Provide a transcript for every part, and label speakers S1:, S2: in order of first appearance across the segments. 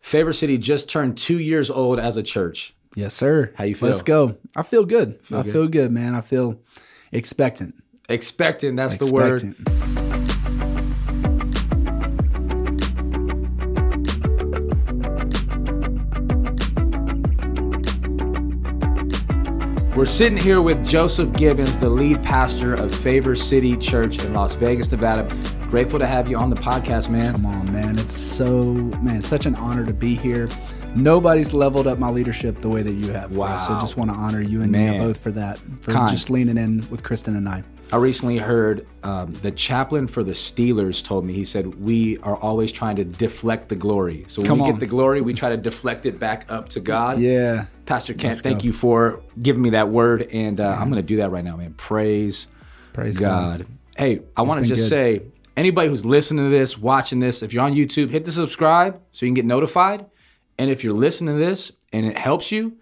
S1: Favorite City just turned two years old as a church.
S2: Yes, sir.
S1: How you feel?
S2: Let's go. I feel good. I
S1: good?
S2: feel good, man. I feel expectant.
S1: Expecting, that's the word.
S2: expectant.
S1: We're sitting here with Joseph Gibbons, the lead pastor of Favor City Church in Las Vegas, Nevada. Grateful to have you on the podcast, man.
S2: Come on, man. It's so man, such an honor to be here. Nobody's leveled up my leadership the way that you have. bro.
S1: Wow.
S2: So just want to honor you and
S1: Man.
S2: Nina both for that, for
S1: Kind.
S2: just leaning in with Kristen and I.
S1: I recently heard um, the chaplain for the Steelers told me, he said, We are always trying to deflect the glory. So when
S2: Come
S1: we
S2: on.
S1: get the glory, we try to deflect it back up to God.
S2: Yeah.
S1: Pastor Kent, thank you for giving me that word. And uh, I'm going to do that right now, man. Praise
S2: Praise God.
S1: God. Hey, I want to
S2: been
S1: just
S2: good.
S1: say anybody who's listening to this, watching this, if you're on YouTube, hit the subscribe so you can get notified. And if you're listening to this and it helps you,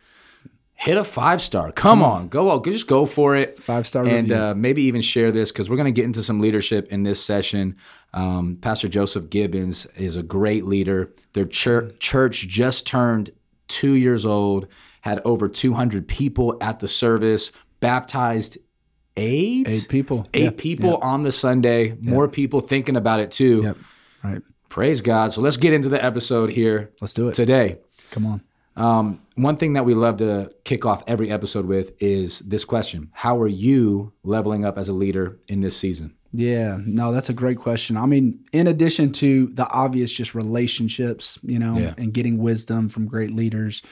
S1: hit a five star. Come on, go out, just go for it.
S2: Five-star
S1: and
S2: review.
S1: uh, maybe even share this because we're going to get into some leadership in this session. Um, Pastor Joseph Gibbons is a great leader. Their chur-
S2: Mm-hmm.
S1: church just turned two years old, had over 200 people at the service, baptized eight,
S2: Eight people.
S1: eight
S2: Yeah.
S1: people on the Sunday, more people thinking about it too.
S2: Yep. Right.
S1: Praise God. So let's get into the episode here
S2: Let's do it.
S1: today.
S2: Come on.
S1: Um, one thing that we love to kick off every episode with is this question How are you leveling up as a leader in this season?
S2: Yeah, no, that's a great question. I mean, in addition to the obvious, just relationships, you know,
S1: Yeah.
S2: and getting wisdom from great leaders.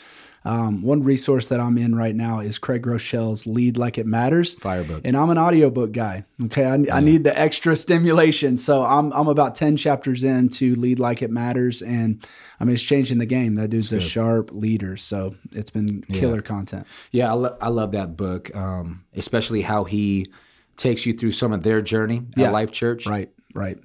S2: Um, one resource that I'm in right now is Craig Rochelle's Lead Like It Matters.
S1: Firebook.
S2: And I'm an audiobook guy. Okay. I, I need the extra stimulation. So I'm, I'm about 10 chapters in to Lead Like It Matters. And I mean, it's changing the game. That dude's a sharp leader. So it's been killer content.
S1: Yeah, I, lo- I love that book, um, especially how he takes you through some of their journey at
S2: Yeah.
S1: Life Church.
S2: Right. Right.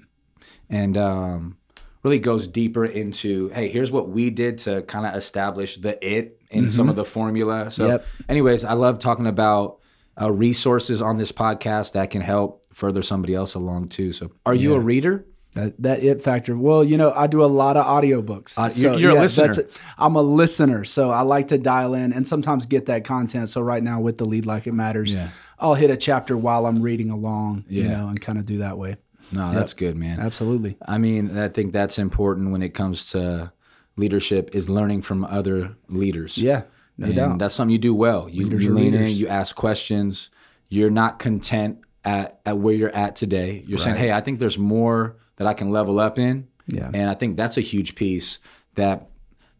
S1: and um, really goes deeper into hey here's what we did to kind of establish the it in some of the formula so
S2: Mm-hmm. Yep.
S1: anyways i love talking about uh, resources on this podcast that can help further somebody else along too so are you a reader
S2: That, that it factor. Well, you know, I do a lot of audiobooks.
S1: Uh, you're- you're a listener.
S2: that's it. I'm a listener, so I like to dial in and sometimes get that content. So right now with the lead like it matters,
S1: Yeah.
S2: I'll hit a chapter while I'm reading along, you
S1: Yeah.
S2: know, and kind of do that way.
S1: no that's good man
S2: Absolutely.
S1: i mean i think that's important when it comes to leadership is learning from other leaders
S2: Yeah. No
S1: and
S2: doubt.
S1: that's something you do well. You, you
S2: are
S1: lean in,
S2: leaders.
S1: you ask questions. You're not content at, at where you're at today. You're saying, hey, I think there's more that I can level up in.
S2: Yeah.
S1: And I think that's a huge piece that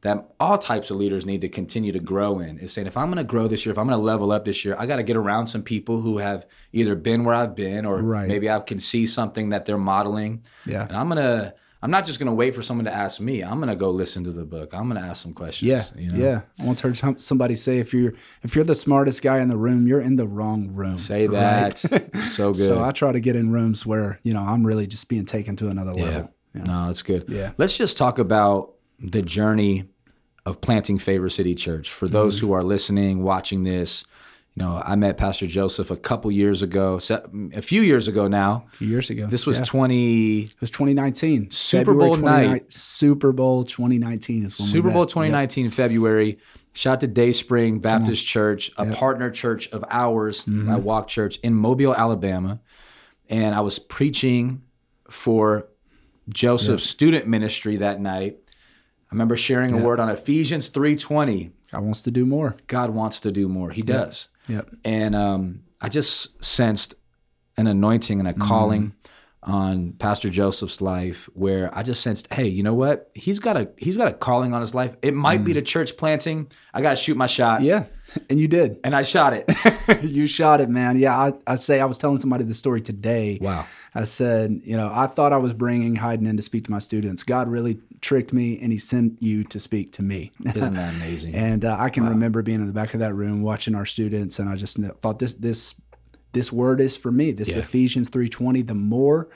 S1: that all types of leaders need to continue to grow in is saying if I'm gonna grow this year, if I'm gonna level up this year, I gotta get around some people who have either been where I've been or
S2: Right.
S1: maybe I can see something that they're modeling.
S2: Yeah.
S1: And I'm gonna I'm not just gonna wait for someone to ask me. I'm gonna go listen to the book. I'm gonna ask some questions.
S2: Yeah.
S1: you know?
S2: Yeah. I once heard some- somebody say if you're if you're the smartest guy in the room, you're in the wrong room.
S1: Say that. so good.
S2: So I try to get in rooms where, you know, I'm really just being taken to another
S1: yeah.
S2: level.
S1: No, that's good.
S2: Yeah.
S1: Let's just talk about the journey of planting Favor City Church. For those
S2: Mm-hmm.
S1: who are listening, watching this, you know, I met Pastor Joseph a couple years ago, se- a few years ago now.
S2: A few years ago.
S1: This was 20
S2: It was 2019.
S1: Super Bowl
S2: 29
S1: night.
S2: Super Bowl 2019 is when we
S1: Super
S2: met.
S1: Bowl
S2: Yep.
S1: 2019 February. Shout to Day Spring Baptist Church, a partner church of ours,
S2: Mm-hmm.
S1: my Walk Church in Mobile, Alabama, and I was preaching for Joseph's student ministry that night. I remember sharing a word on Ephesians 3:20.
S2: I wants to do more.
S1: God wants to do more. He does.
S2: Yep.
S1: And um, I just sensed an anointing and
S2: Mm-hmm.
S1: a calling on Pastor Joseph's life where I just sensed, hey, you know what? He's got a he's got a calling on his life. It might be the church planting. I gotta shoot my shot.
S2: Mm. Yeah. And you did.
S1: And I shot it.
S2: you shot it, man. Yeah. I, I say, I was telling somebody the story today.
S1: wow.
S2: I said, you know, I thought I was bringing Hayden in to speak to my students. God really tricked me and he sent you to speak to me.
S1: Isn't that amazing?
S2: And uh, I can remember being in the back of that room watching our students, and I just kn- thought this this this word is for me. This Ephesians three twenty. The more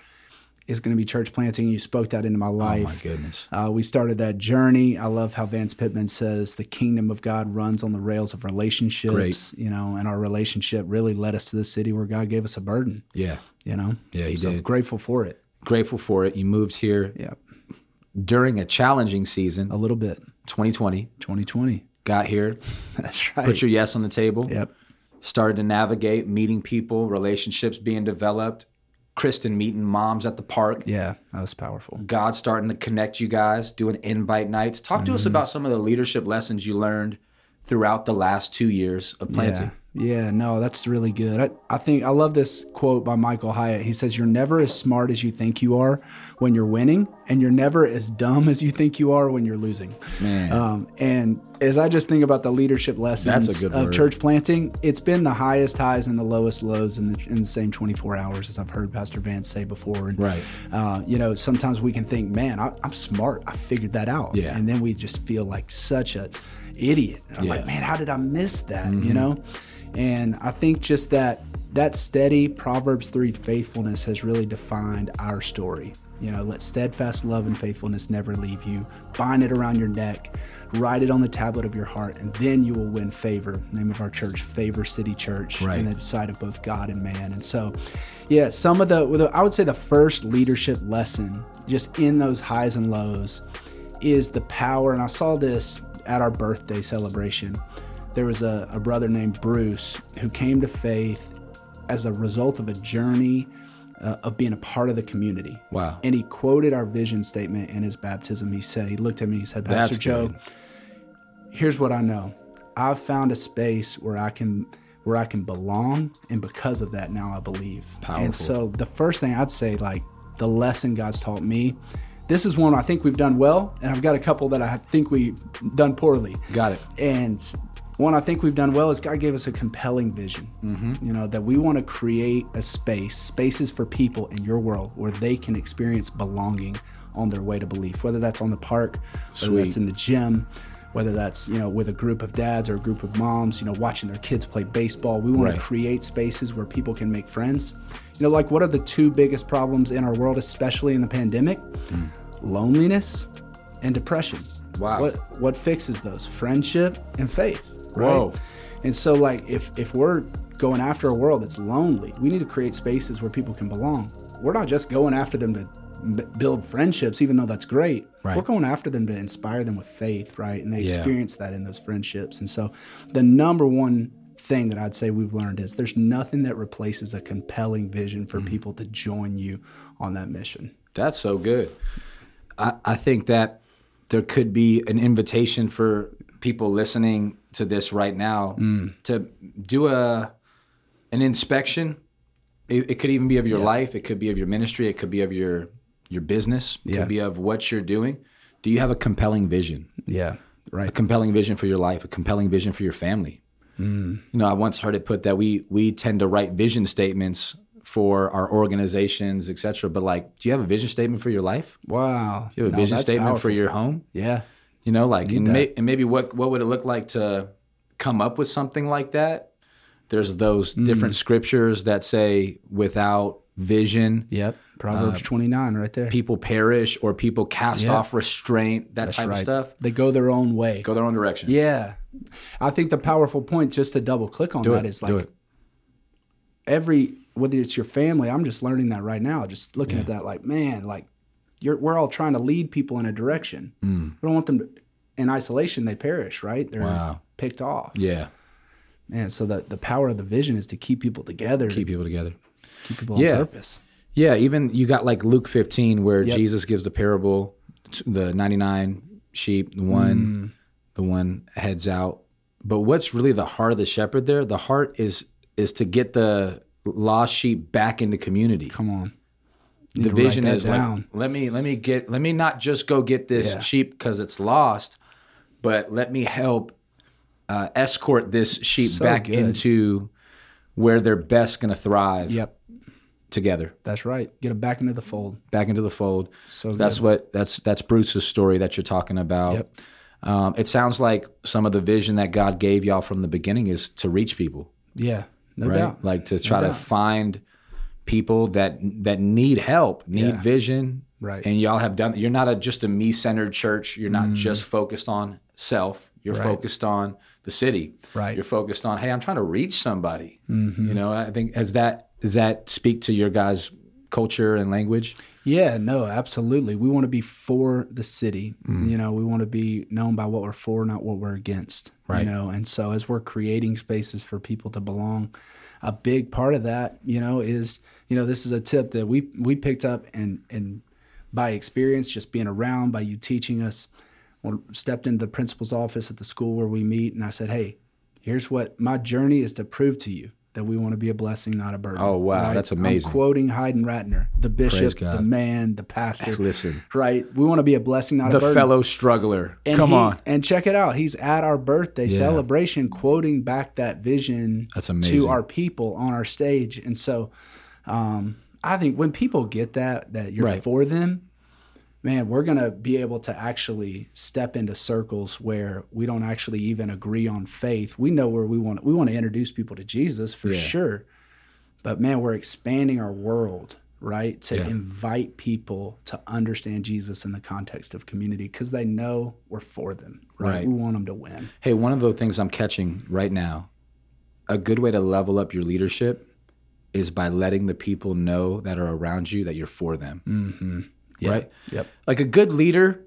S2: is going to be church planting. You spoke that into my
S1: Oh my
S2: life.
S1: goodness.
S2: Uh, we started that journey. I love how Vance Pittman says the kingdom of God runs on the rails of relationships.
S1: Great.
S2: You know, and our relationship really led us to the city where God gave us a burden.
S1: Yeah.
S2: You know,
S1: Yeah, he
S2: so
S1: did.
S2: grateful for it.
S1: Grateful for it. You moved here.
S2: Yeah, Oh.
S1: during a challenging season,
S2: a little bit.
S1: 2020,
S2: 2020.
S1: got here,
S2: That's right.
S1: put your yes on the table,
S2: yep.
S1: started to navigate meeting people, relationships being developed, Kristen meeting moms at the park.
S2: Yeah, that was powerful.
S1: God starting to connect you guys, doing invite nights. Talk to us about some of the leadership lessons you learned throughout the last two years of planting.
S2: Yeah. yeah, no, that's really good. I, I think I love this quote by Michael Hyatt. He says, You're never as smart as you think you are when you're winning, and you're never as dumb as you think you are when you're losing.
S1: Man.
S2: Um, and as I just think about the leadership lessons
S1: That's a good
S2: of
S1: word.
S2: church planting, it's been the highest highs and the lowest lows in the, in the same 24 hours, as I've heard Pastor Vance say before. And,
S1: Right.
S2: Uh, you know, sometimes we can think, man, I, I'm smart. I figured that out.
S1: Yeah.
S2: And then we just feel like such a idiot. And I'm like,
S1: Yeah. Mm-hmm.
S2: man, how did I miss that? You know? And I think just that that steady Proverbs 3 faithfulness has really defined our story. You know, let steadfast love and faithfulness never leave you. Bind it around your neck, write it on the tablet of your heart, and then you will win favor. Name of our church, Favor City Church.
S1: Right.
S2: And the side of both God and man. And so, yeah, some of the, well, I would say the first leadership lesson, just in those highs and lows, is the power. And I saw this at our birthday celebration. There was a, a brother named Bruce who came to faith as a result of a journey uh, of being a part of the community.
S1: Wow.
S2: And he quoted our vision statement in his baptism. He said, he looked at me, he said, Pastor
S1: That's
S2: Joe,
S1: good.
S2: here's what I know. I've found a space where I can where I can belong and because of that now I believe.
S1: Powerful.
S2: And so the first thing I'd say like the lesson God's taught me, this is one I think we've done well and I've got a couple that I think we've done poorly.
S1: Got it.
S2: And one I think we've done well is God gave us a compelling vision. You know, that we want to create a space, spaces for people in your world where they can experience belonging on their way to belief, whether that's on the park, whether that's in the gym, whether that's, you know, with a group of dads or a group of moms, you know, watching their kids play baseball. We want
S1: Right.
S2: to create spaces where people can make friends. You know, like what are the two biggest problems in our world, especially in the pandemic? Loneliness and depression.
S1: Wow.
S2: What what fixes those? Friendship and faith. Right?
S1: Whoa.
S2: And so like if if we're going after a world that's lonely, we need to create spaces where people can belong. We're not just going after them to b- build friendships even though that's great.
S1: Right.
S2: We're going after them to inspire them with faith, right? And they
S1: Yeah.
S2: experience that in those friendships. And so the number one thing that I'd say we've learned is there's nothing that replaces a compelling vision
S1: Mm-hmm.
S2: for people to join you on that mission.
S1: That's so good. I, I think that there could be an invitation for people listening to this right now to do a an inspection. It, it could even be of your life. It could be of your ministry. It could be of your your business. It
S2: Yeah.
S1: could be of what you're doing. Do you have a compelling vision?
S2: Yeah. Right.
S1: a compelling vision for your life, a compelling vision for your family.
S2: Mm.
S1: You know, I once heard it put that we we tend to write vision statements for our organizations, et cetera. But like, do you have a vision statement for your life?
S2: Wow.
S1: Do you have a
S2: No,
S1: vision
S2: that's
S1: statement
S2: powerful.
S1: for your home?
S2: Yeah.
S1: You know, like, and, may,
S2: that.
S1: and maybe what what would it look like to come up with something like that? There's those
S2: Mm.
S1: different scriptures that say, without vision,
S2: Yep. Proverbs 29 right there.
S1: Uh, people perish or people cast
S2: Yeah.
S1: off restraint, that type
S2: right.
S1: of stuff.
S2: They go their own way.
S1: Go their own direction.
S2: yeah. I think the powerful point just to double click on
S1: do
S2: that
S1: it.
S2: is
S1: do
S2: like
S1: it.
S2: every whether it's your family, I'm just learning that right now. Just looking at that like, man, like you're we're all trying to lead people in a direction. We don't want them to, in isolation they perish, right? They're
S1: Hmm. Wow.
S2: picked off.
S1: Yeah,
S2: Man, so the the power of the vision is to keep people together,
S1: keep
S2: keep,
S1: people together.
S2: keep people on
S1: yeah.
S2: purpose.
S1: Yeah, even you got like Luke 15 where Jesus gives the parable t- the 99 sheep, the
S2: Mm.
S1: one the one heads out. But what's really the heart of the shepherd there? The heart is is to get the lost sheep back into community.
S2: Come on.
S1: The
S2: to write
S1: vision
S2: that
S1: is like,
S2: down.
S1: let me let me get let me not just go get this
S2: Yeah.
S1: sheep cuz it's lost, but let me help uh, escort this sheep
S2: So
S1: back
S2: good.
S1: into where they're best going to thrive
S2: Yep.
S1: together
S2: That's right. Get them back into the fold.
S1: back into the fold.
S2: So
S1: that's what that's that's Bruce's story that you're talking about.
S2: Yep.
S1: Um, it sounds like some of the vision that God gave y'all from the beginning is to reach people,
S2: Yeah. No
S1: right?
S2: doubt.
S1: Like to try to find people that that need help, need
S2: Yeah.
S1: vision,
S2: Right.
S1: And y'all have done. You're not a, just a me-centered church. You're
S2: Mm-hmm.
S1: not just focused on self. You're focused on the city.
S2: Right. Mm-hmm.
S1: You're focused on hey, I'm trying to reach somebody. You know, I think as that does that speak to your guys' culture and language?
S2: Yeah, no, absolutely. We want to be for the city.
S1: Mm.
S2: You know, we want to be known by what we're for, not what we're against.
S1: Right.
S2: You know, and so as we're creating spaces for people to belong, a big part of that, you know, is you know this is a tip that we we picked up and and by experience, just being around, by you teaching us. When stepped into the principal's office at the school where we meet, and I said, "Hey, here's what my journey is to prove to you that we want to be a blessing, not a burden."
S1: Oh, wow, that's
S2: I'm
S1: amazing.
S2: quoting Haydn Ratner, the bishop,
S1: God.
S2: the man, the pastor.
S1: Listen.
S2: Right? We want to be a blessing, not a
S1: The
S2: burden.
S1: fellow struggler.
S2: And
S1: Come
S2: he-
S1: on.
S2: And check it out. He's at our birthday celebration quoting back that vision
S1: That's amazing.
S2: to our people on our stage. And so um, I think when people get that, that you're
S1: Right.
S2: for them, man, we're going to be able to actually step into circles where we don't actually even agree on faith. We know where we want, we want to introduce people to Jesus for sure. But man, we're expanding our world, right? To
S1: Yeah.
S2: invite people to understand Jesus in the context of community because they know we're for them, right?
S1: Right.
S2: We want them to win.
S1: Hey, one of the things I'm catching right now, a good way to level up your leadership is by letting the people know that are around you that you're for them.
S2: Mm-hmm. Yeah.
S1: Right?
S2: Yep.
S1: Like a good leader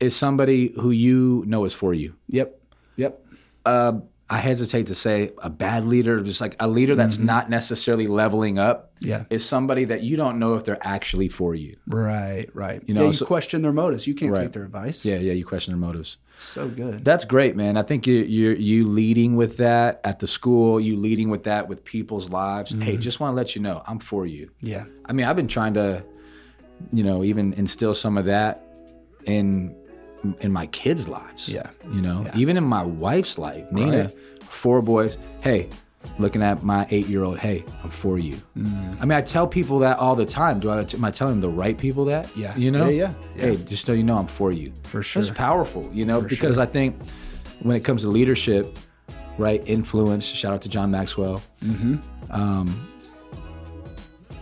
S1: is somebody who you know is for you.
S2: Yep. Yep.
S1: Uh, I hesitate to say a bad leader, just like a leader that's not necessarily leveling up
S2: Yeah.
S1: is somebody that you don't know if they're actually for you.
S2: Right. Right. You
S1: know,
S2: know, you
S1: so-
S2: question their motives. You can't
S1: Right.
S2: take their advice.
S1: Yeah, yeah, you question their motives.
S2: So good.
S1: That's great, man. I think you you you leading with that at the school, you leading with that with people's lives. Hey,
S2: Mm-hmm.
S1: just want to let you know, I'm for you.
S2: yeah.
S1: I mean, I've been trying to, you know, even instill some of that in in my kids' lives.
S2: Yeah.
S1: You know, even in my wife's life. Nina, four boys. Hey, looking at my eight-year-old. Hey, I'm for you.
S2: Mm.
S1: I mean, I tell people that all the time. Do I? Am I telling the right people that?
S2: Yeah.
S1: You know.
S2: Yeah, yeah,
S1: Hey, just so you know, I'm for you.
S2: For sure.
S1: That's powerful. You know, because I think when it comes to leadership, right? Influence. Shout out to John Maxwell
S2: Mm-hmm.
S1: um,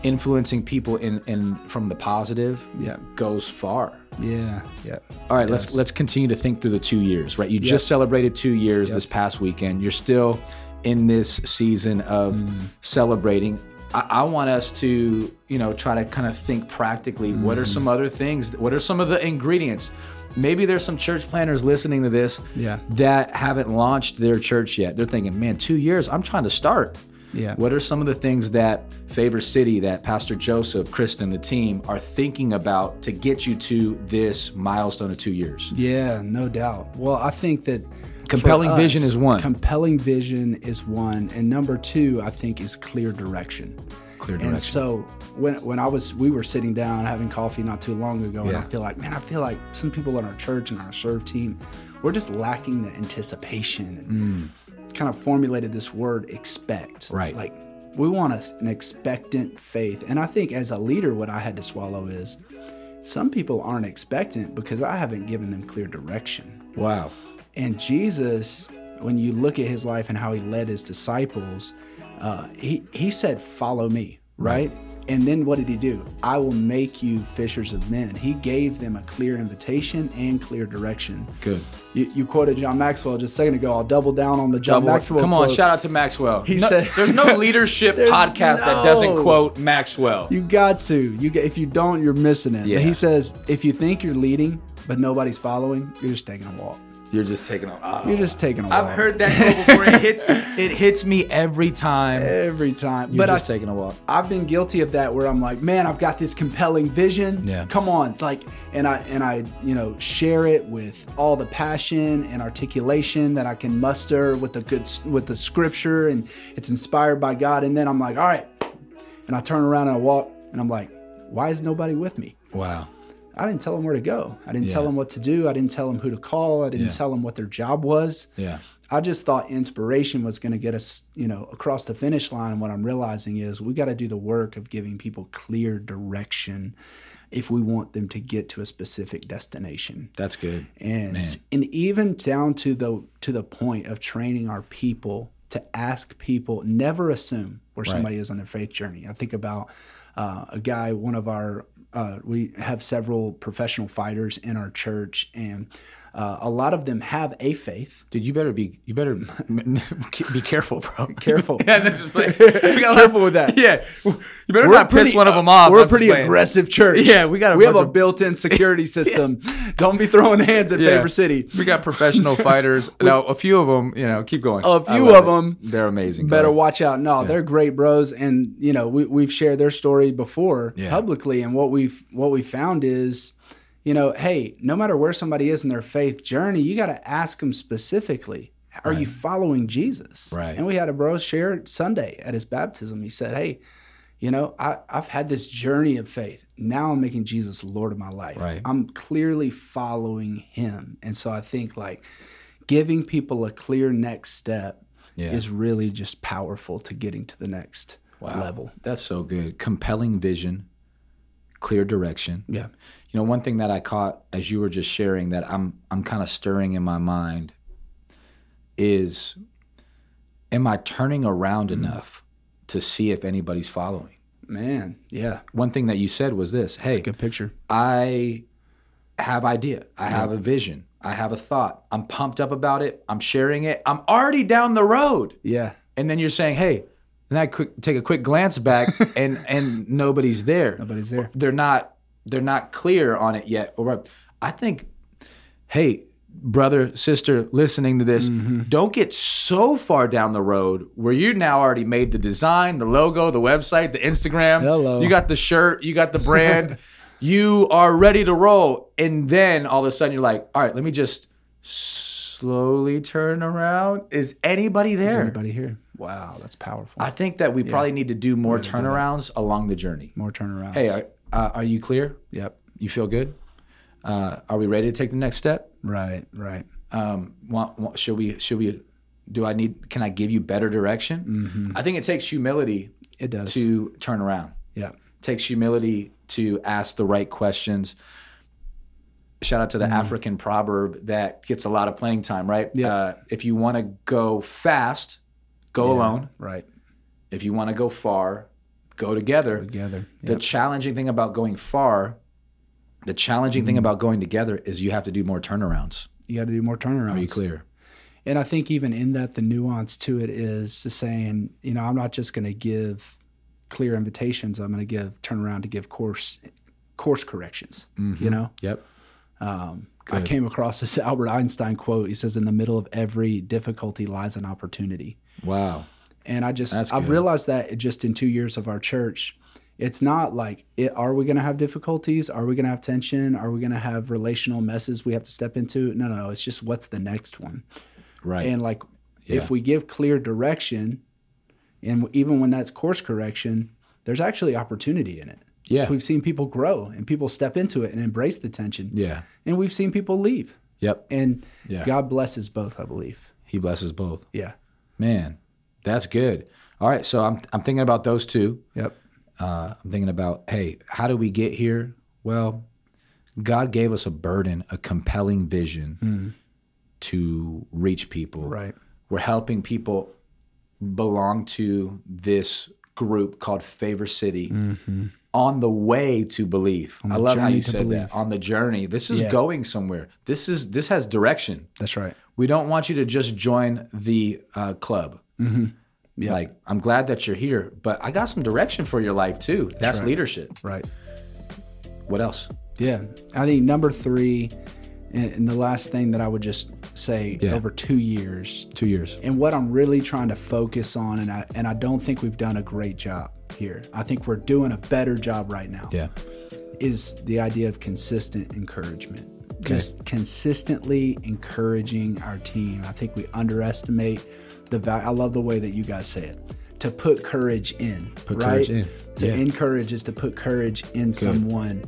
S1: influencing people in, in from the positive
S2: Yeah.
S1: goes far.
S2: Yeah. Yeah.
S1: All right, let's let's continue to think through the two years, right? You just celebrated two years this past weekend. You're still in this season of celebrating. I, I want us to, you know, try to kind of think practically. What are some other things? What are some of the ingredients? Maybe there's some church planners listening to this
S2: Yeah.
S1: that haven't launched their church yet. They're thinking, man, two years, I'm trying to start.
S2: Yeah.
S1: What are some of the things that Favor City, that Pastor Joseph, Kristen, the team are thinking about to get you to this milestone of two years?
S2: Yeah, no doubt. Well, I think that
S1: Compelling
S2: for
S1: vision is one.
S2: Compelling vision is one, and number two, I think, is clear direction.
S1: Clear
S2: And
S1: direction.
S2: so when when I was we were sitting down having coffee not too long ago, and I
S1: Yeah.
S2: feel like man, I feel like some people in our church and our serve team, we're just lacking the anticipation and kind of formulated this word expect.
S1: Mm. Right.
S2: Like we want a, an expectant faith, and I think as a leader, what I had to swallow is some people aren't expectant because I haven't given them clear direction.
S1: Wow.
S2: And Jesus, when you look at his life and how he led his disciples, uh, he he said, "Follow me," right? And then what did he do? I will make you fishers of men. He gave them a clear invitation and clear direction.
S1: Good.
S2: You, you quoted John Maxwell just a second ago. I'll double down on the John
S1: Double-
S2: Maxwell.
S1: Come on,
S2: quote.
S1: shout out to Maxwell.
S2: He
S1: No-
S2: said-
S1: there's no leadership podcast that doesn't
S2: no.
S1: quote Maxwell.
S2: You got to. You get, if you don't, you're missing it. But
S1: Yeah.
S2: He says, if you think you're leading but nobody's following, you're just taking a walk.
S1: You're just taking on. Oh.
S2: You're just taking a walk.
S1: I've heard that quote before. It hits. It hits me every time.
S2: every time.
S1: You're
S2: but I
S1: just taking a walk.
S2: I've been guilty of that where I'm like, man, I've got this compelling vision.
S1: Yeah.
S2: Come on. Like and I and I, you know, share it with all the passion and articulation that I can muster with the good with the scripture and it's inspired by God. And then I'm like, all right. And I turn around and I walk and I'm like, why is nobody with me?
S1: Wow.
S2: I didn't tell them where to go. I didn't tell
S1: Yeah.
S2: them what to do. I didn't tell them who to call. I didn't
S1: Yeah.
S2: tell them what their job was.
S1: Yeah.
S2: I just thought inspiration was going to get us, you know, across the finish line. And what I'm realizing is we got to do the work of giving people clear direction if we want them to get to a specific destination.
S1: That's good.
S2: And
S1: Man.
S2: and even down to the to the point of training our people to ask people, never assume where somebody is on their faith journey. I think about uh, a guy, one of our, uh, we have several professional fighters in our church, and Uh, a lot of them have a faith.
S1: Dude, you better be you better be careful, bro.
S2: Careful.
S1: yeah, that's just like,
S2: Careful with that.
S1: Yeah, you better not piss one of them off.
S2: We're
S1: I'm
S2: a pretty
S1: just playing.
S2: aggressive church.
S1: Yeah, we got a
S2: we have
S1: bunch
S2: a
S1: of-
S2: built-in security system. Don't be throwing hands at
S1: Yeah.
S2: Favor City.
S1: We got professional fighters. now a few of them, you know, keep going.
S2: A
S1: I
S2: few
S1: love
S2: of 'em
S1: they're amazing.
S2: Better
S1: bro.
S2: watch out. No, they're great bros, and you know we we've shared their story before
S1: Yeah.
S2: publicly, and what we've what we found is, you know, hey, no matter where somebody is in their faith journey, you got to ask them specifically. Are you following Jesus?
S1: Right.
S2: And we had a bro share Sunday at his baptism. He said, "Hey, you know, I, I've had this journey of faith. Now I'm making Jesus Lord of my life.
S1: Right.
S2: I'm clearly following Him, and so I think like giving people a clear next step
S1: Yeah.
S2: is really just powerful to getting to the next level.
S1: That's so good. Compelling vision, clear direction.
S2: Yeah.
S1: You know, one thing that I caught as you were just sharing that I'm I'm kind of stirring in my mind is am I turning around enough to see if anybody's following?
S2: Man, yeah,
S1: One thing that you said was this, hey,
S2: good picture.
S1: I have idea. I have a vision. I have a thought. I'm pumped up about it. I'm sharing it. I'm already down the road.
S2: Yeah,
S1: And then you're saying, "Hey," and I quick, take a quick glance back, and and nobody's there.
S2: nobody's there.
S1: They're not. They're not clear on it yet. Or I think, hey, brother, sister, listening to this,
S2: Mm. Mm-hmm.
S1: Mm-hmm. don't get so far down the road where you now already made the design, the logo, the website, the Instagram.
S2: Hello.
S1: You got the shirt. You got the brand. you are ready to roll, and then all of a sudden you're like, "All right, let me just." Slowly turn around. Is anybody there?
S2: Anybody here? Wow, that's powerful.
S1: I think that we probably need to do more turnarounds along the journey.
S2: More turnaround.
S1: Hey, are, uh, are you clear?
S2: Yep.
S1: You feel good? Uh, are we ready to take the next step?
S2: Right. Right.
S1: Um, want, want, should we? Should we? Do I need? Can I give you better direction? I think it takes humility
S2: Mm-hmm. It does.
S1: to turn around.
S2: yeah.
S1: It takes humility to ask the right questions. Shout out to the African proverb that gets a lot of playing time, right?
S2: Mm-hmm. Yeah.
S1: Uh, if you want to go fast, go alone.
S2: Right.
S1: If you want to go far, go together.
S2: Together.
S1: The
S2: Yep.
S1: challenging thing about going far, the challenging thing
S2: Mm-hmm.
S1: about going together is you have to do more turnarounds.
S2: You got to do more turnarounds.
S1: Are you clear?
S2: And I think even in that, the nuance to it is to saying, you know, I'm not just going to give clear invitations. I'm going to give turn around to give course course corrections. You know,
S1: Yep.
S2: um, I came across this Albert Einstein quote. He says, "In the middle of every difficulty lies an opportunity."
S1: Wow.
S2: And I just
S1: That's
S2: I've
S1: good.
S2: realized that just in two years of our church, it's not like it, are we going to have difficulties? Are we going to have tension? Are we going to have relational messes we have to step into? No, no, no. It's just what's the next one.
S1: Right.
S2: And like,
S1: Yeah.
S2: if we give clear direction, and even when that's course correction, there's actually opportunity in it.
S1: yeah.
S2: So we've seen people grow and people step into it and embrace the tension,
S1: yeah.
S2: and we've seen people leave.
S1: Yep.
S2: And
S1: Yeah.
S2: God blesses both, I believe.
S1: He blesses both.
S2: Yeah.
S1: Man, that's good. All right. So I'm I'm thinking about those two.
S2: Yep.
S1: Uh, I'm thinking about hey, how do we get here? Well, God gave us a burden, a compelling vision to reach people.
S2: Mm-hmm. Right.
S1: we're helping people belong to this group called Favor City on the way to belief. I
S2: Mm-hmm. the
S1: love how
S2: journey
S1: you
S2: to
S1: said
S2: belief.
S1: that. On the journey. This is
S2: Yeah.
S1: going somewhere. This is this has direction.
S2: That's right.
S1: We don't want you to just join the uh, club.
S2: Yeah.
S1: Like I'm glad that you're here, but I got some direction for your life too. That's,
S2: right.
S1: leadership.
S2: Right.
S1: What else?
S2: Yeah. I think number three, and, and the last thing that I would just say
S1: Yeah.
S2: over two years,
S1: Two years.
S2: and what I'm really trying to focus on, and I, and I don't think we've done a great job here. I think we're doing a better job right now.
S1: Yeah.
S2: is the idea of consistent encouragement. Just consistently encouraging our team. I think we underestimate the value. I love the way that you guys say it. To put courage in,
S1: Put
S2: right?
S1: courage in.
S2: To
S1: Yeah.
S2: encourage is to put courage in someone.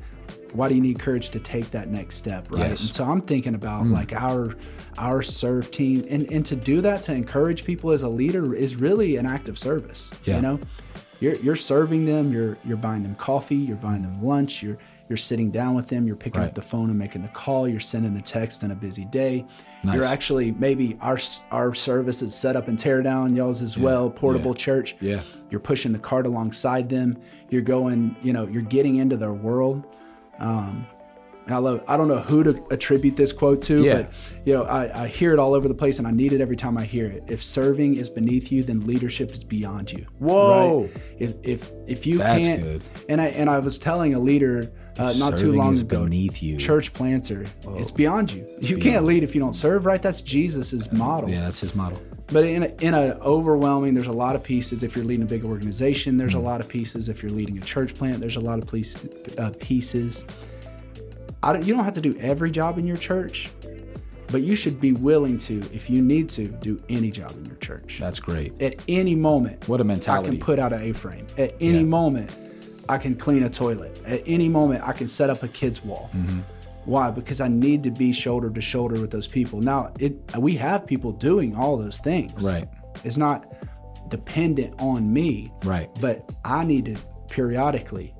S2: Why do you need courage to take that next step, right?
S1: Yes. Mm.
S2: And so I'm thinking about like our our serve team, and and to do that to encourage people as a leader is really an act of service.
S1: Yeah.
S2: You know, you're you're serving them you're you're buying them coffee you're buying them lunch you're you're sitting down with them you're picking
S1: Right.
S2: up the phone and making the call you're sending the text on a busy day
S1: Nice.
S2: you're actually maybe our s- our service is set up and tear down y'all's as well portable church
S1: Yeah.
S2: you're pushing the cart alongside them you're going you know you're getting into their world um, and I love. It. I don't know who to attribute this quote to,
S1: Yeah.
S2: but you know, I, I hear it all over the place, and I need it every time I hear it. If serving is beneath you, then leadership is beyond you.
S1: Whoa.
S2: Right? If if if you
S1: That's
S2: can't,
S1: good.
S2: and I and I was telling a leader uh, not too
S1: Serving
S2: long
S1: is
S2: ago,
S1: beneath you.
S2: church planter, it's beyond you. you can't lead if you don't serve, right? That's Jesus's model.
S1: Yeah, that's his model.
S2: But in a, in an overwhelming, there's a lot of pieces. If you're leading a big organization, there's a lot of pieces. If you're leading a church plant, there's a lot of piece, uh, pieces. I don't, you don't have to do every job in your church, but you should be willing to, if you need to, do any job in your church.
S1: That's great.
S2: At any moment,
S1: What a
S2: I can
S1: mentality.
S2: put out an A-frame. At any
S1: Yeah.
S2: moment, I can clean a toilet. At any moment, I can set up a kid's wall.
S1: Mm-hmm.
S2: Why? Because I need to be shoulder to shoulder with those people. Now, it we have people doing all those things.
S1: Right.
S2: It's not dependent on me.
S1: Right.
S2: But I need to periodically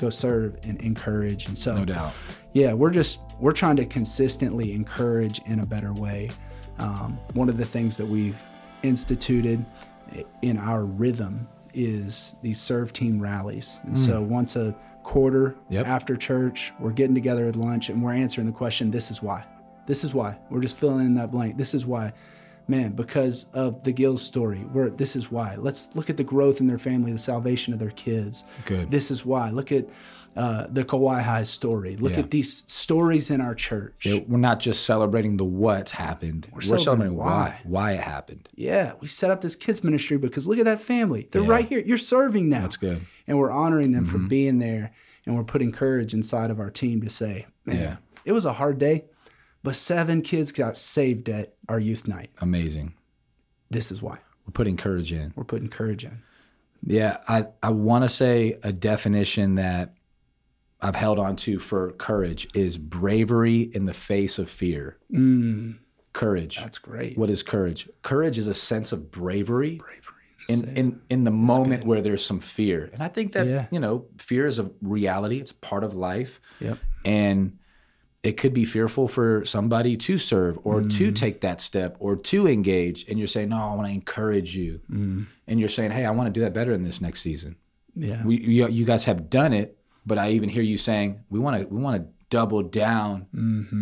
S2: go serve and encourage. And so,
S1: No doubt.
S2: yeah, we're just we're trying to consistently encourage in a better way. Um, one of the things that we've instituted i- in our rhythm is these serve team rallies, and so once a quarter
S1: Mm. Yep.
S2: after church, we're getting together at lunch and we're answering the question, "This is why." This is why we're just filling in that blank. This is why, man, because of the Gill story. We're this is why. Let's look at the growth in their family, the salvation of their kids.
S1: Good.
S2: This is why. Look at uh, the Kawhi High story. Look
S1: Yeah.
S2: at these stories in our church.
S1: It- we're not just celebrating the what's happened. We're,
S2: celebrating
S1: celebrating why. Why it happened.
S2: Yeah, we set up this kids ministry because look at that family. They're right here. You're serving now. That's
S1: good. Mm-hmm.
S2: And we're honoring them for being there, and we're putting courage inside of our team to say, man,
S1: Yeah.
S2: it was a hard day, but seven kids got saved at our youth night.
S1: Amazing.
S2: This is why
S1: We're putting courage in.
S2: we're putting courage in.
S1: Yeah, I, I want to say a definition that I've held on to for courage is bravery in the face of fear. Courage.
S2: Mm, That's great.
S1: what is courage? Courage is a sense of bravery,
S2: That's
S1: in, in, in the moment where there's some fear. And I think that,
S2: Yeah.
S1: you know, fear is a reality, it's a part of life.
S2: Yep.
S1: And it could be fearful for somebody to serve or to
S2: Mm-hmm.
S1: take that step or to engage. And you're saying, no, I want to encourage you.
S2: Mm-hmm.
S1: And you're saying, hey, I want to do that better in this next season
S2: Yeah.
S1: we you, you guys have done it but i even hear you saying we want to we want to double down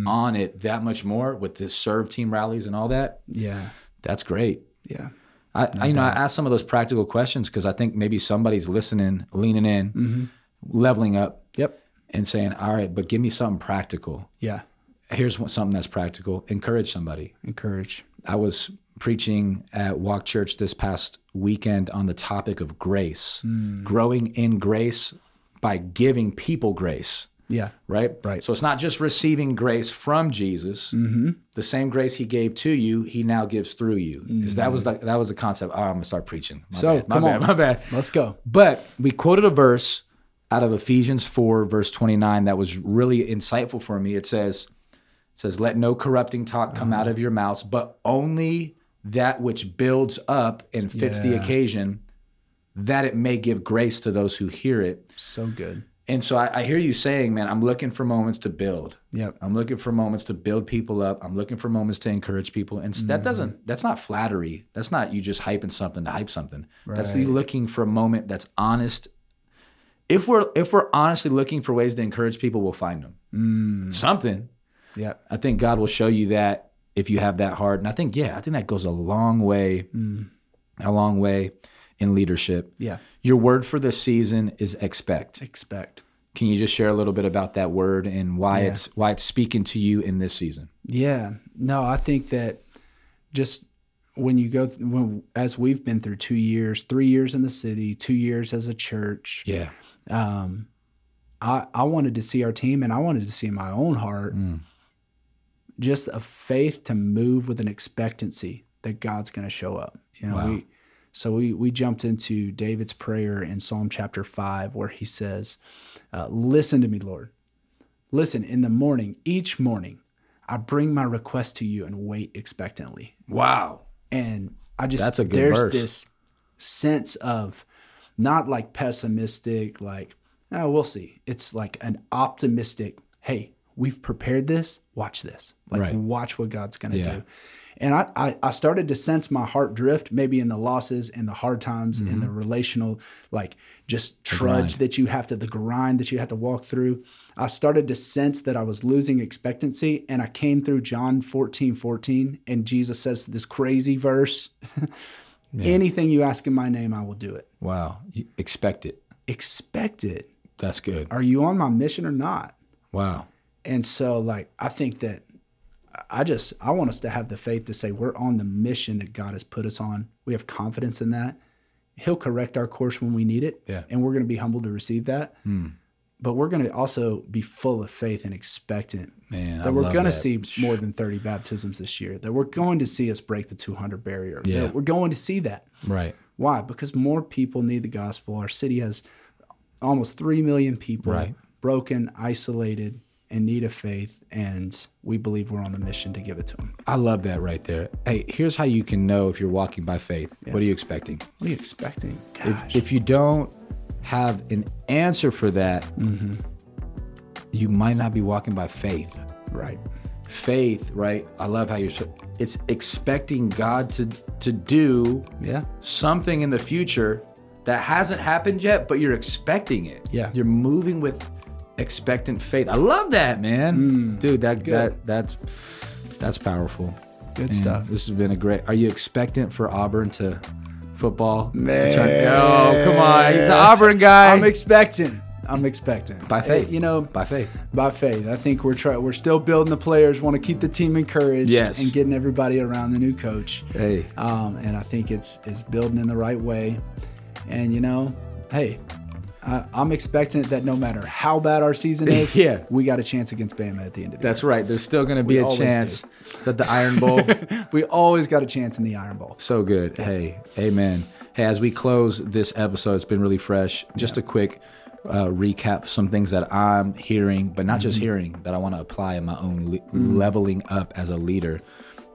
S1: on it that much more with the serve team rallies and all that
S2: yeah.
S1: that's great
S2: Yeah.
S1: i, I you know i asked some of those practical questions because i think maybe somebody's listening leaning in leveling up
S2: Yep.
S1: and saying all right but give me something practical
S2: Yeah.
S1: here's what, something that's practical encourage somebody
S2: Encourage.
S1: i was preaching at walk church this past weekend on the topic of grace
S2: Hmm.
S1: growing in grace by giving people grace
S2: Yeah.
S1: right?
S2: Right.
S1: So it's not just receiving grace from Jesus. Mm-hmm. The same grace He gave to you, He now gives through you. 'Cause that was the, that was the concept. Oh, I'm gonna start preaching. My
S2: Mm-hmm. So,
S1: bad. My
S2: come
S1: bad.
S2: on.
S1: My bad.
S2: Let's go.
S1: But we quoted a verse out of Ephesians 4, verse 29, that was really insightful for me. It says, it says, Let no corrupting talk come out of your mouths, but only that which builds up and fits the
S2: Yeah.
S1: occasion, that it may give grace to those who hear it.
S2: So good.
S1: And so I, I hear you saying, man, I'm looking for moments to build.
S2: Yep.
S1: I'm looking for moments to build people up. I'm looking for moments to encourage people. And s-
S2: Mm-hmm.
S1: that doesn't, that's not flattery. That's not you just hyping something to hype something. That's you
S2: Right.
S1: looking for a moment that's honest. If we're, if we're honestly looking for ways to encourage people, we'll find them. Mm. Something.
S2: Mm. Yep.
S1: I think God will show you that if you have that heart. And I think, yeah, I think that goes a long way, a long way in leadership.
S2: Mm. Yeah.
S1: Your word for this season is expect.
S2: Expect.
S1: Can you just share a little bit about that word and why it's why it's speaking to you in this season?
S2: Yeah. No, I think that just when you go when as we've been through 2 years, 3 years in the city, 2 years as a church,
S1: Yeah.
S2: um I I wanted to see our team and I wanted to see in my own heart
S1: Mm.
S2: just a faith to move with an expectancy that God's going to show up. You know,
S1: Wow.
S2: we, so we we jumped into David's prayer in Psalm chapter five, where he says, uh, "Listen to me, Lord. Listen in the morning, each morning, I bring my request to you and wait expectantly."
S1: Wow.
S2: And I just
S1: That's a good
S2: there's
S1: verse.
S2: this sense of not like pessimistic, like oh we'll see. It's like an optimistic. Hey, we've prepared this. Watch this. Like
S1: Right.
S2: watch what God's gonna
S1: Yeah.
S2: do. And I, I, I started to sense my heart drift, maybe in the losses and the hard times and the relational, like just trudge that you have to, the grind that you have to walk through. I started to sense that I was losing expectancy. And I came through John 14 14, and Jesus says this crazy verse Anything you ask in my name, I will do it.
S1: Wow. You expect it.
S2: Expect it.
S1: That's good.
S2: Are you on my mission or not?
S1: Wow.
S2: And so, like, I think that I just I want us to have the faith to say we're on the mission that God has put us on. We have confidence in that. He'll correct our course when we need it,
S1: Yeah. Hmm.
S2: and we're going to be humble to receive that. But we're going to also be full of faith and expectant
S1: Man, I
S2: that we're
S1: love
S2: going to
S1: that.
S2: see more than 30 baptisms this year. That we're going to see us break the 200 barrier.
S1: Yeah.
S2: That we're going to see that.
S1: Right.
S2: Why? Because more people need the gospel. Our city has almost 3 million people
S1: Right.
S2: broken, isolated, in need of faith. And we believe we're on the mission to give it to them.
S1: I love that right there. Hey, here's how you can know if you're walking by faith. What are you expecting?
S2: What are you expecting? Gosh.
S1: If you don't have an answer for that,
S2: Mm-hmm.
S1: you might not be walking by faith.
S2: right.
S1: Faith, right? I love how you're. It's expecting God to to do
S2: Yeah.
S1: something in the future that hasn't happened yet, but you're expecting it.
S2: Yeah.
S1: You're moving with expectant faith. I love that, man. Dude, that, that that's that's powerful.
S2: Good
S1: Man,
S2: stuff.
S1: This has been a great are you expectant for Auburn to football?
S2: Man.
S1: To turn, oh, come on. He's an Auburn guy.
S2: I'm expecting. I'm expecting.
S1: by faith.
S2: You know,
S1: by faith.
S2: by faith. I think we're trying. We're still building the players. Want to keep the team encouraged
S1: Yes.
S2: and getting everybody around the new coach.
S1: Hey.
S2: Um, and I think it's it's building in the right way. And you know, hey, I, I'm expecting that no matter how bad our season is,
S1: Yeah.
S2: we got a chance against Bama at the end of the
S1: That's right. There's still gonna be a
S2: always
S1: chance that the Iron Bowl
S2: year. We always got a chance in the Iron Bowl.
S1: So good. Hey, amen. Hey, as we close this episode, it's been really fresh. Just a quick uh, recap some things that I'm hearing, but not
S2: Mm-hmm.
S1: just hearing, that I want to apply in my own le- leveling up as a leader.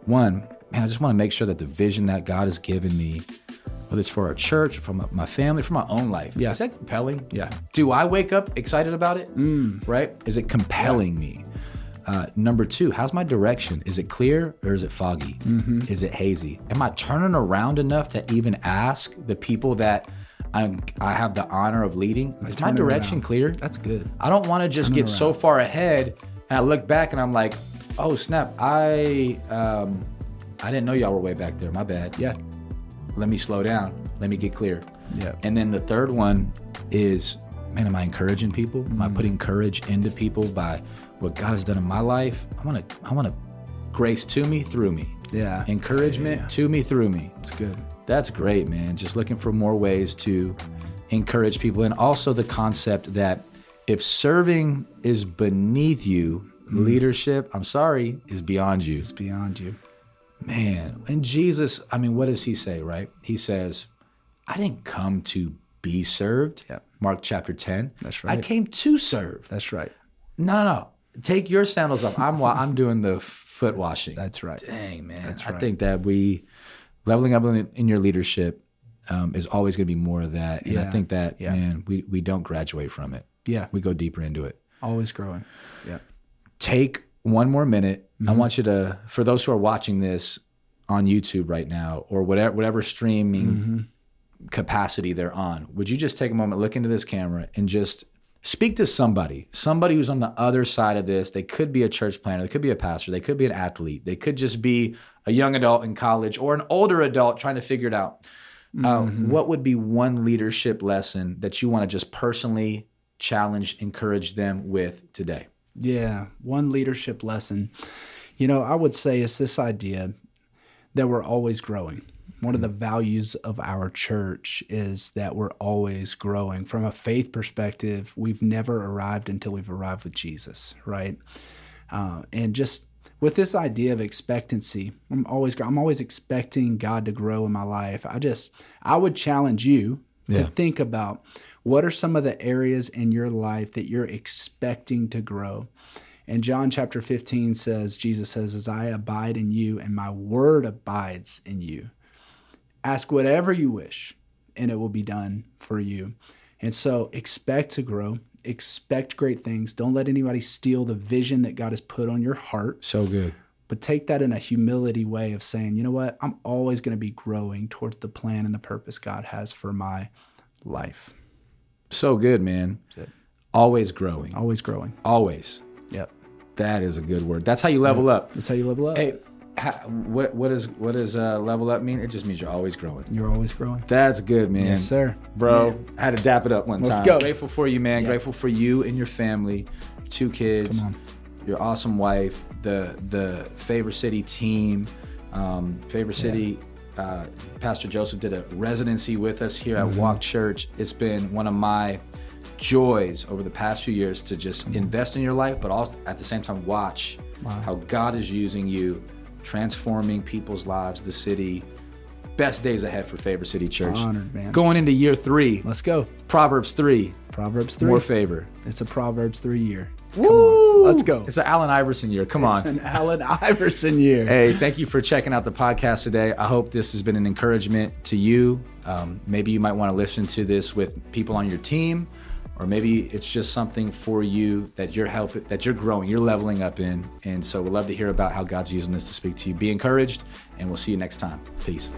S1: One, man, I just want to make sure that the vision that God has given me, whether it's for our church, for my, my family, for my own life,
S2: Yeah.
S1: is that compelling?
S2: Yeah. Mm.
S1: Do I wake up excited about it? Right? Is it compelling me? Uh, number two, how's my direction? Is it clear or is it foggy?
S2: Mm-hmm.
S1: Is it hazy? Am I turning around enough to even ask the people that I'm, I have the honor of leading? Is my
S2: turning
S1: direction
S2: around.
S1: clear?
S2: That's good.
S1: I don't want to just get so far ahead and I look back and I'm like, oh snap, I um, I didn't know y'all were way back there. My bad.
S2: Yeah.
S1: Let me slow down. Let me get clear.
S2: Yeah.
S1: And then the third one is, man, am I encouraging people? Am
S2: Mm-hmm.
S1: I putting courage into people by what God has done in my life? I want to, I want to grace to me through me,
S2: Yeah.
S1: encouragement to me through me.
S2: It's good.
S1: That's great, man. Just looking for more ways to encourage people. And also the concept that if serving is beneath you, leadership, I'm sorry, is beyond you.
S2: Mm-hmm. It's beyond you.
S1: Man, and Jesus, I mean, what does he say, right? He says, I didn't come to be served.
S2: Yep.
S1: Mark chapter 10.
S2: That's
S1: I
S2: right.
S1: came to serve.
S2: That's right.
S1: No, no, no. Take your sandals off. I'm wa- I'm doing the foot washing.
S2: That's right.
S1: Dang, man. I think that we leveling up in, in your leadership um, is always going to be more of that. And I
S2: Yeah.
S1: think that, man, we, we don't graduate from it.
S2: Yeah.
S1: We go deeper into it.
S2: Always growing. Yeah.
S1: Take one more minute. I want you to, for those who are watching this on YouTube right now or whatever, whatever streaming Mm-hmm. capacity they're on, would you just take a moment, look into this camera, and just speak to somebody, somebody who's on the other side of this? They could be a church planner, they could be a pastor, they could be an athlete, they could just be a young adult in college or an older adult trying to figure it out. Uh, what would be one leadership lesson that you want to just personally challenge, encourage them with today?
S2: Yeah, one leadership lesson. You know, I would say it's this idea that we're always growing. One of the values of our church is that we're always growing. From a faith perspective, we've never arrived until we've arrived with Jesus, right? Uh, and just with this idea of expectancy, I'm always I'm always expecting God to grow in my life. I just I would challenge you
S1: Yeah.
S2: to think about what are some of the areas in your life that you're expecting to grow. And John chapter 15 says, Jesus says, As I abide in you and my word abides in you, ask whatever you wish and it will be done for you. And so expect to grow, expect great things. Don't let anybody steal the vision that God has put on your heart.
S1: So good.
S2: but take that in a humility way of saying, you know what, I'm always going to be growing towards the plan and the purpose God has for my life.
S1: So good, man. Always growing.
S2: Always growing.
S1: Always.
S2: Yep.
S1: That is a good word. That's how you level up.
S2: That's how you level up.
S1: Hey, ha, what what is what does uh, level up mean? It just means you're always growing.
S2: You're always growing.
S1: That's good, man.
S2: Yes, sir.
S1: Bro, I had to dap it up one
S2: Let's
S1: time.
S2: go.
S1: Grateful for you, man.
S2: Yeah.
S1: Grateful for you and your family, two kids,
S2: Come on.
S1: your awesome wife, the the Favor City team. Um, Favor City, uh, Pastor Joseph did a residency with us here at Walk Church. It's been one of my joys over the past few years to just invest in your life, but also at the same time watch how God is using you, transforming people's lives, the city. Best days ahead for Favor City Church.
S2: Honored, man.
S1: Going into year three,
S2: Let's go.
S1: Proverbs three,
S2: Proverbs 3.
S1: more favor.
S2: it's a Proverbs 3 year.
S1: Woo!
S2: Let's go.
S1: It's an Allen Iverson year. Come on.
S2: It's an Allen Iverson year.
S1: Hey, thank you for checking out the podcast today. I hope this has been an encouragement to you. Um, maybe you might want to listen to this with people on your team, or maybe it's just something for you that you're helping, that you're growing, you're leveling up in. And so we'd love to hear about how God's using this to speak to you. Be encouraged, and we'll see you next time. Peace.